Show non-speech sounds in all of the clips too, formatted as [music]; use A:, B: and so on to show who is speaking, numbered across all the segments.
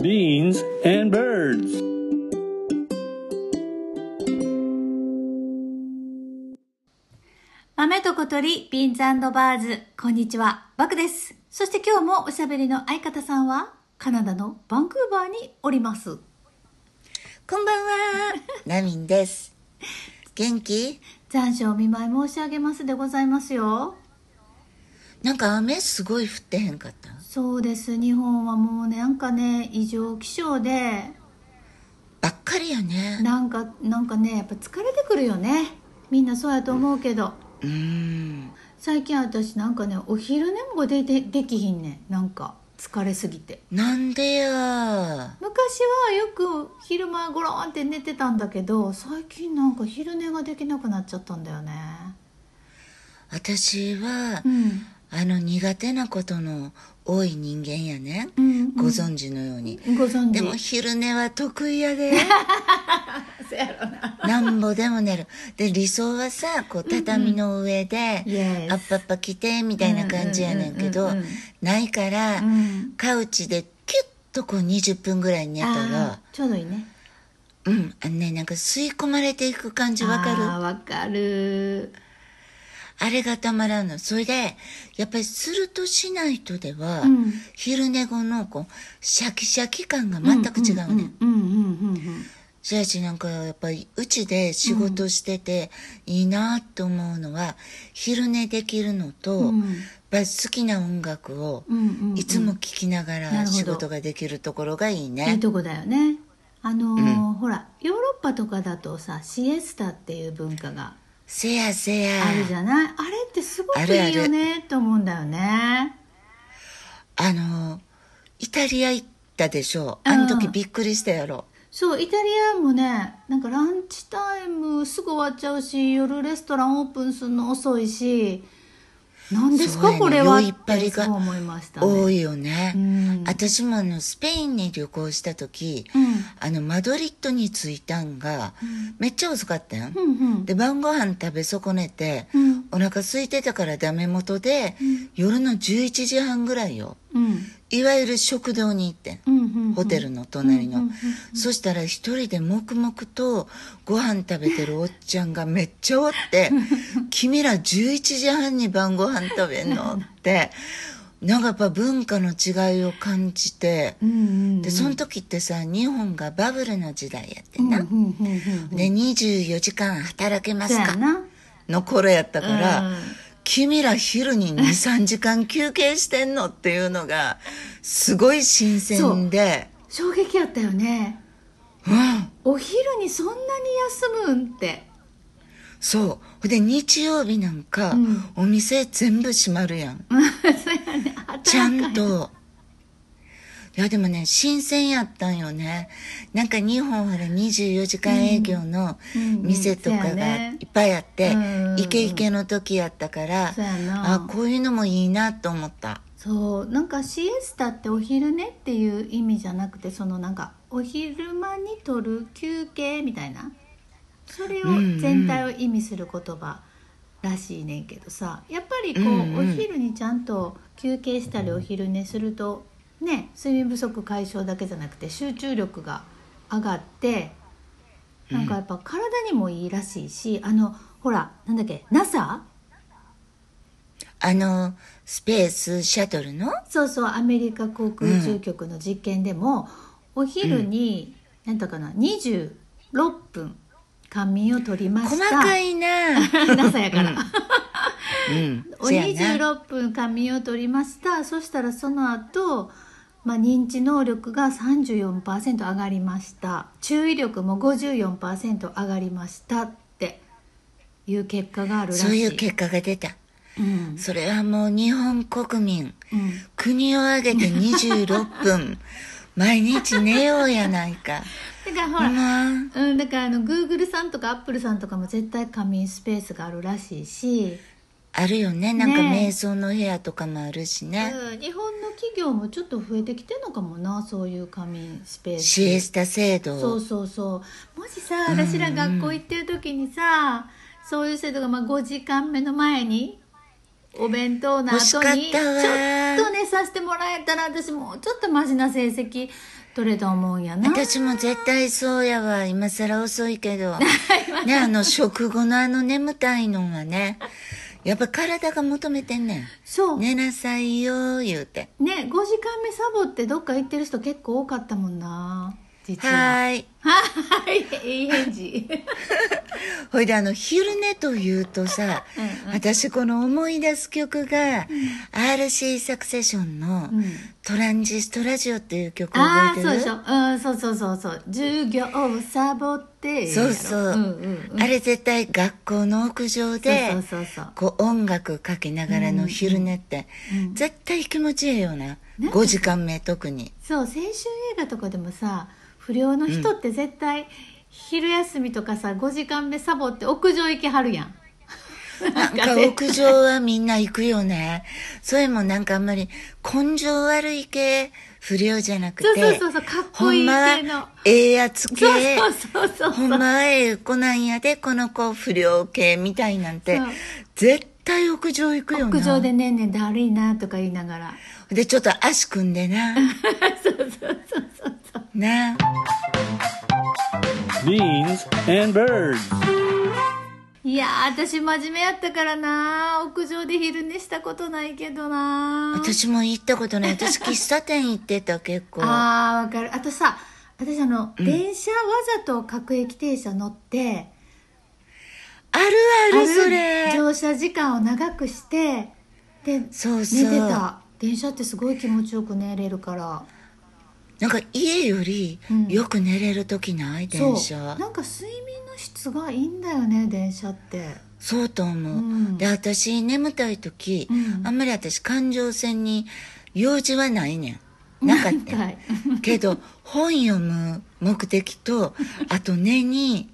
A: beans, and birds.
B: 豆と小鳥、ビーンズバーズ、こんにちは、バクです。そして今日もおしゃべりの相方さんは、カナダのバンクーバーにおります。
C: こんばん
B: [laughs]
C: は、ナミンです。元気
B: 残暑お見舞い申し上げますでございますよ。
C: なんか雨すごい降ってへんかった
B: そうです、日本はもうねなんかね、異常気象で、
C: ばっかりやね。
B: なんか、なんかね、やっぱ疲れてくるよね。みんなそうやと思うけど。
C: うーん。
B: 最近私なんかね、お昼寝もででできひんねんなんか、疲れすぎて。
C: なんでや。
B: 昔はよく昼間ゴロンって寝てたんだけど最近なんか昼寝ができなくなっちゃったんだよね
C: 私は、
B: うん
C: あの苦手なことの多い人間やね。
B: うん
C: ご存知のように。
B: ご存
C: で
B: 知
C: も昼寝は得意
B: [laughs]
C: やで。なんぼでも寝る。で、理想はさ、こう畳の上で、
B: イエ
C: あ
B: ス
C: っぱっぱ来て、みたいな感じやねんけ
B: う
C: ど
B: んうんうんうん、
C: ないから、
B: うん
C: カウチでキュッとこう20分ぐらい寝た
B: あ
C: ら
B: ーちょうどいいね
C: うんあのねなんか吸い込まれていく感じわかる
B: あー
C: あ
B: わかる
C: れがたまらんのそれでやっぱりするとしないとでは、
B: うん
C: 昼寝後のこうシャキシャキ感が全く違うね、ん
B: うんうんうんうん
C: しやしなんかやっぱりうちで仕事してていいなと思うのは、昼寝できるのと、
B: うん
C: やっぱり好きな音楽を
B: うんうんうん
C: いつも聴きなが
B: なる
C: ら
B: ほど
C: 仕事ができるところがいいね、
B: いいとこだよねあのーほらヨーロッパとかだとさシエスタっていう文化が
C: せやせや
B: あるじゃないあれってすごく
C: あるあ
B: い
C: る
B: いよねと思うんだよね
C: あのイタリア行ったでしょあの時びっくりしたやろ
B: そうイタリアもねなんかランチタイムすぐ終わっちゃうし夜レストランオープンするの遅いし何です
C: そう
B: か、
C: やね
B: これは
C: 酔いっぱり
B: っ
C: が
B: てそう思いましたね
C: 多いよね、
B: うん
C: 私もあのスペインに旅行した時、
B: うん
C: あのマドリッドに着いたんが、めっちゃ遅かったよ、
B: うんうん
C: で晩ご飯食べ損ねて、
B: うん
C: お腹空いてたからダメ元で、夜の11時半ぐらいよ
B: うん
C: いわゆる食堂に行ってん
B: うんうん
C: ホテルの隣の、
B: うんうん
C: そしたら一人で黙々とご飯食べてるおっちゃんがめっちゃお
B: [laughs]
C: って「君ら11時半に晩ご飯食べんの?」ってなんかやっぱ文化の違いを感じて
B: うんうん
C: でその時ってさ日本がバブルの時代やって
B: うんう
C: な、
B: んうんうん
C: で24時間働けます
B: そうや
C: か
B: な
C: の頃やったから、
B: うん
C: 君ら昼に23時間休憩してんのっていうのがすごい新鮮で。
B: 衝撃やったよね
C: うん
B: お昼にそんなに休むんって
C: そうほんで日曜日なんか、
B: うん
C: お店全部閉まるやん
B: うんそうやね働かへ
C: ちゃんといやでもね新鮮やったんよねなんか日本ほら24時間営業の
B: うん
C: 店とか
B: うんそうや
C: が
B: ね
C: いっぱいあって、
B: うん
C: イケイケの時やったから
B: そうやな
C: あこういうのもいいなと思った
B: そうなんかシエスタってお昼寝っていう意味じゃなくてそのなんかお昼間にとる休憩みたいなそれを
C: うんうん
B: 全体を意味する言葉らしいねんけどさやっぱりこう、
C: うんうん
B: お昼にちゃんと休憩したりお昼寝するとね睡眠不足解消だけじゃなくて集中力が上がってなんかやっぱ体にもいいらしいし、あのほらなんだっけ NASA?
C: あのスペースシャトルの
B: そうそうアメリカ航空宇宙局の実験でも、お昼に、なんだかな26分仮眠を取りまし
C: 細
B: た [laughs]
C: かいな、
B: 朝やから、
C: うん、
B: [laughs] お
C: そうやな
B: 26分仮眠を取りましたそしたらその後、まあ認知能力が34%上がりました注意力も54%上がりましたっていう結果があるらしい
C: そういう結果が出た
B: うん
C: それはもう日本国民
B: うん
C: 国を挙げて26分
B: [laughs]
C: 毎日寝ようやないか
B: だからほら、
C: まあ
B: うん、だからあのグーグルさんとかアップルさんとかも絶対仮眠スペースがあるらしいし、
C: あるよねなんか
B: ねえ
C: 瞑想の部屋とかもあるしね
B: うん、日本の企業もちょっと増えてきてるのかもなそういう仮眠スペース
C: シエスタ制度
B: そうそうそうもしさ私ら学校行ってる時にさ、そういう制度がまあ5時間目の前にお弁当の後
C: 欲しかっ
B: にちょ
C: たわ
B: っと寝させてもらえたら私もうちょっとマシな成績どれと思うんやな
C: 私も絶対そうやわ今更遅い
B: [laughs]
C: けどねあの食後のあの眠たいのがねやっぱ体が求めてんね
B: そうんね
C: 寝なさいよ言うて
B: 5時間目サボってどっか行ってる人結構多かったもんな実
C: は
B: は
C: ーい
B: はいいい返
C: [laughs]
B: 事
C: ほいであの昼寝というとさ
B: うん
C: 私この思い出す曲が RC サクセションの
B: うん
C: 「トランジストラジオ」っていう曲
B: あ
C: 覚
B: あそう
C: え
B: で
C: て
B: し
C: る
B: ょ、うん、そうそうそうそう授業をサボってやろ
C: そうそう
B: うんうんうん、
C: あれ絶対学校の屋上で
B: そうそうそうそう
C: こう音楽かけながらの昼寝って、
B: うん
C: 絶対気持ちいいよな
B: なんか
C: 5時間目特に
B: そう青春映画とかでもさ不良の人って絶対昼休みとかさ5時間目サボって屋上行きはるやん
C: なんか
B: ね
C: 屋上はみんな行くよねそれもなんかあんまり根性悪い系不良じゃなく
B: そう
C: て
B: そうそうそうかっ
C: ほ
B: こい
C: ん
B: い
C: ま
B: 系の
C: はええやつ系
B: そうそうそうそ
C: ほ
B: うん
C: まはええ子なんやでこの子不良系みたいなんて
B: そう
C: 絶対屋上行くよな
B: 屋上でねんねんだるいなとか言いながら [laughs]
C: でちょっと足組んでななあ
A: Beans and birds.
B: いやー私真面目やったからな屋上で昼寝したことないけどな
C: 私も行ったことない私喫茶店行ってた結構
B: あーわかるあとさ私あの、電車わざと各駅停車乗って
C: あるあるそれ
B: 乗車時間を長くしてで
C: そうそ
B: 寝
C: う
B: てた電車ってすごい気持ちよく寝れるから
C: なんか家より
B: うん
C: よく寝れる時ない、電
B: そうな
C: 車
B: んか睡眠の質がいいんだよね電車って
C: そうと思う、
B: うん
C: で私眠たい時、
B: うん
C: あんまり私環状線に用事はないねんなかった
B: なんか
C: けど本読む目的
B: [laughs]
C: とあと寝に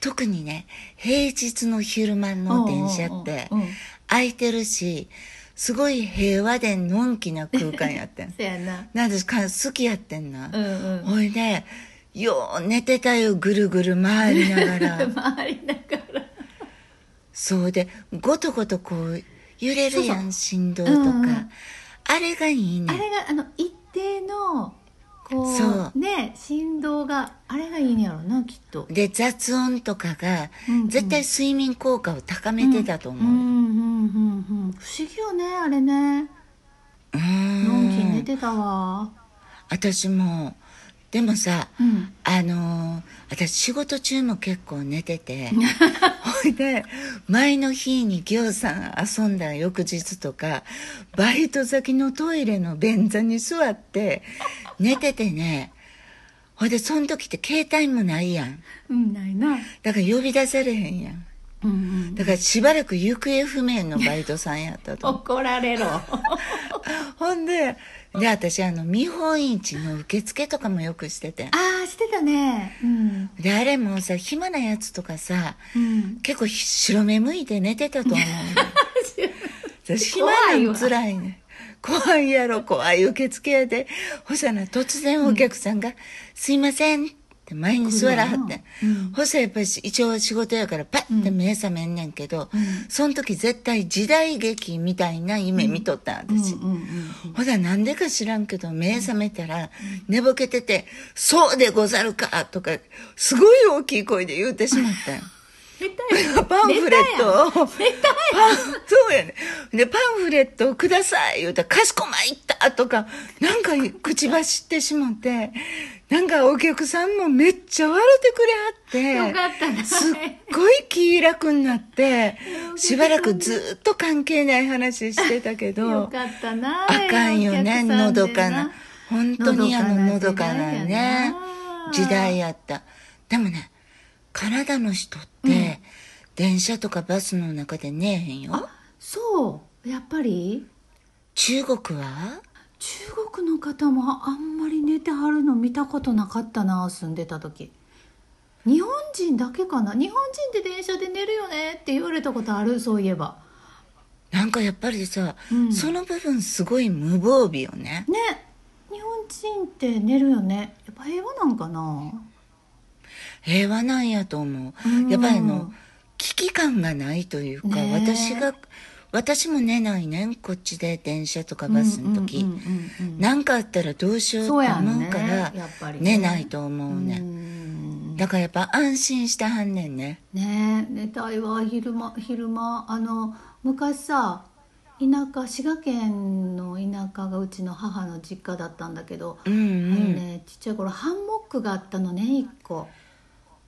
C: 特にね平日の昼間の電車って
B: うんうんうんうん
C: 空いてるしすごい平和でのんきな空間やっ
B: [laughs]
C: てん
B: そやな
C: なんでか好きやってんな、
B: うんうん
C: ほいでよう寝てたよぐるぐる回りなが
B: [laughs]
C: ら
B: 回りながら
C: そうでごとごとこう揺れるやん振動とか、
B: うんうん
C: あれがいい
B: あ
C: ね
B: れがあの一定のこう
C: そう
B: ね振動があれがいいんやろなきっと
C: で雑音とかが
B: うんうん
C: 絶対睡眠効果を高めてたと
B: うん
C: 思
B: う
C: う、
B: んうんうん不思議よねあれね
C: う
B: のんき
C: ん
B: に寝てたわ
C: 私もでもさ、
B: うん
C: あのー私仕事中も結構寝てて [laughs] ほいで前の日にぎょうさん遊んだ翌日とかバイト先のトイレの便座に座って寝ててねほいでその時って携帯もないやん
B: うんないな
C: だから呼び出されへんやん
B: うんうん
C: だからしばらく行方不明のバイトさんやったと思う
B: 怒られろ
C: ほんでで私あの見本市の受付とかもよくしてて
B: ああしてたねうん
C: であれもさ暇なやつとかさ
B: うん
C: 結構ひ白目向いて寝てた
B: [laughs]
C: と思う私暇
B: 怖
C: ないん
B: わ
C: つらいね怖いやろ怖い受付やでほさな突然お客さんが「すいません」って前に座らはって
B: 来るわなうん
C: ほさやっぱり一応仕事やからパッて目覚めんねんけど、
B: うん
C: その時絶対時代劇みたいな夢見とったん私、
B: うんうんうん
C: ほら、なんでか知らんけど、目覚めたら、寝ぼけてて、そうでござるかとか、すごい大きい声で言うてしまったよ。
B: 寝たよ
C: パンフレットを、パン、そうやね。で、パンフレットをください言うたら、かしこまいったとか、なんか口走ってしもて、なんかお客さんもめっちゃ笑ってくれはって、
B: よかったな
C: すっごい気楽になって、しばらくずっと関係ない話してたけど、
B: よかったな
C: あかんよねのどかな本当にあののど
B: ど
C: か
B: か
C: な
B: な
C: ね時
B: 時代やな
C: 代やったでもね体の人って、電車とかバスの中で寝えへんよ
B: そうやっぱり
C: 中国は
B: 中国の方もあんまり寝てはるの見たことなかったな住んでた時日本人だけかな日本人って電車で寝るよねって言われたことあるそういえば
C: なんかやっぱりさ、
B: うん
C: その部分すごい無防備よね
B: ね日本人って寝るよねやっぱ平和なんかな
C: 平和なんやと思
B: う
C: う、
B: ん
C: やっぱりあの危機感がないというか、
B: ねえ
C: 私が私もねないねんこっちで電車とかバスの時、
B: うんうんうんうん
C: なんかあったらどうしようと
B: そうやんね
C: 思うから
B: やっぱりね
C: 寝ないと思うね
B: うんん
C: だからやっぱ安心してはんねんね
B: ねえ寝たいわ昼間昼間あの昔さ田舎滋賀県の田舎がうちの母の実家だったんだけど、
C: うんう
B: あの
C: ん
B: ねちっちゃい頃ハンモックがあったのね一個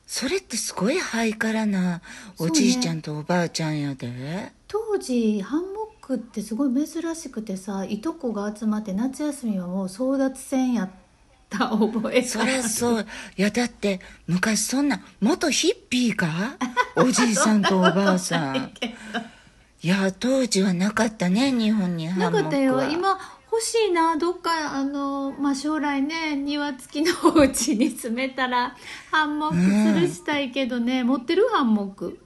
C: それってすごいハイカラなおじいちゃんとおばあちゃんやで、
B: 当時ハンモックってすごい珍しくてさいとこが集まって夏休みはもう争奪戦やった覚えが
C: そりゃそういやだって昔そんな元ヒッピーかおじいさんとおば
B: [laughs]
C: あさんいや当時はなかったね日本にハ
B: な
C: ンモ
B: か
C: ックは
B: ったよ今欲しいなどっかあの、まあ、将来ね庭付きのお家に住めたらハンモック吊るしたいけどね、持ってるハンモック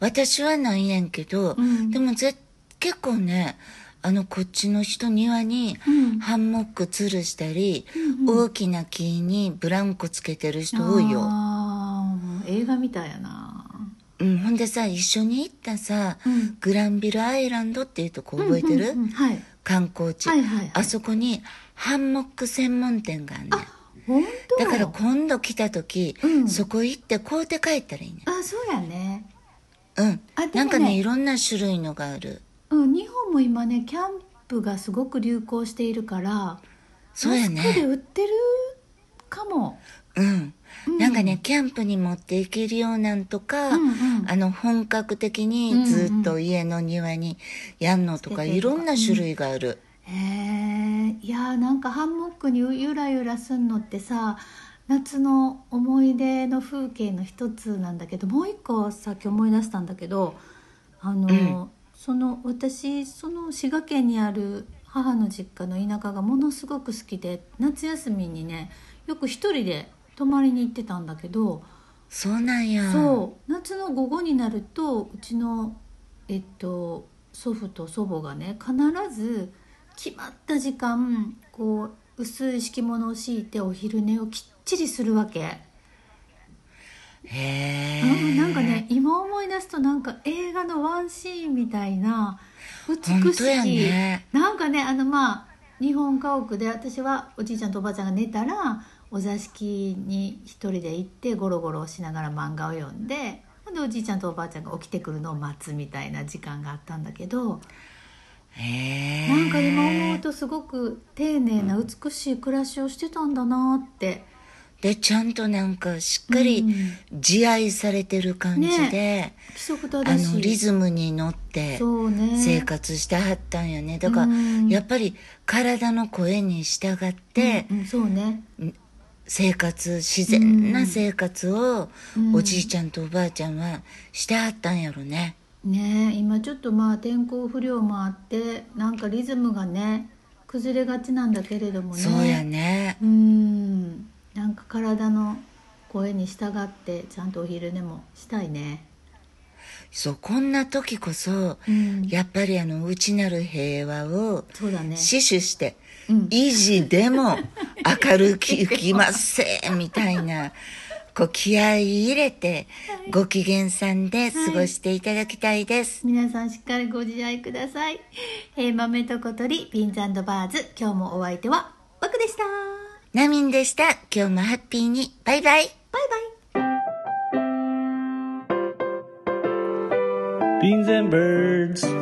C: 私はないやんけど、
B: ん
C: でもぜ結構ねあのこっちの人庭に
B: うん
C: ハンモック吊るしたり、大きな木にブランコつけてる人多いよ、
B: ああ映画みたいやな
C: うん、ほんでさ一緒に行ったさ、
B: うん
C: グランビルアイランドっていうとこ覚えて
B: うん
C: る、
B: うんうんはい
C: 観光地、
B: はいはいはい
C: あそこにハンモック専門店があんねん
B: 本当
C: だから今度来た時、
B: うん
C: そこ行って買うて帰ったらいいね
B: あそうやね
C: うん
B: あでもね
C: なんかねいろんな種類のがある
B: うん、日本も今ねキャンプがすごく流行しているから
C: そうや
B: マ
C: ね
B: スクで売ってるかも
C: うん、なんかねキャンプに持っていけるようなんとか、
B: うんうん
C: あの本格的にずっと家の庭にやんのとか、
B: うんうん
C: いろんな種類がある、
B: へえいやーなんかハンモックにゆらゆらすんのってさ夏の思い出の風景の一つなんだけどもう一個さっき思い出したんだけどあの、
C: うん
B: その私その滋賀県にある母の実家の田舎がものすごく好きで夏休みにねよく一人で泊まりに行ってたんだけど、
C: そうなんや
B: そう夏の午後になるとうちの、えっと、祖父と祖母がね必ず決まった時間こう薄い敷物を敷いてお昼寝をきっちりするわけ、
C: へ
B: うん
C: え
B: なんかね今思い出すとなんか映画のワンシーンみたいな
C: 本
B: 美し
C: 当や
B: い、
C: ね
B: なんかねあのまあ日本家屋で私はおじいちゃんとおばあちゃんが寝たらお座敷に一人で行ってゴロゴロしながら漫画を読んでほんでおじいちゃんとおばあちゃんが起きてくるのを待つみたいな時間があったんだけど
C: へえ
B: なんか今思うとすごく丁寧な美しい暮らしをしてたんだなって
C: でちゃんとなんかしっかり
B: うん
C: 自愛されてる感じで、
B: 規則正
C: あ
B: しい
C: のリズムに乗って
B: そうね
C: 生活してはったんやねだから、
B: うん
C: やっぱり体の声に従って、
B: うんうんそうね
C: 生活自然な生活を
B: うん
C: おじいちゃんとおばあちゃんはしてはったんやろね
B: ねえ今ちょっとまあ天候不良もあってなんかリズムがね崩れがちなんだけれどもね
C: そうやね
B: うんなんか体の声に従ってちゃんとお昼寝もしたいね
C: そうこんな時こそ
B: うん
C: やっぱりあの内なる平和を
B: そうだね
C: 死守して
B: うん
C: 維持
B: [laughs]
C: でも明るき行きませんみたいなこう気合い入れてご機嫌さんで過ごしていただきたいです、
B: 皆さんしっかりご自愛ください、 [laughs] えー、豆と小鳥ビンズバーズ今日もお相手はバクでした
C: ナミンでした今日もハッピーにバイバイ
B: バイバイ
A: Beans and birds.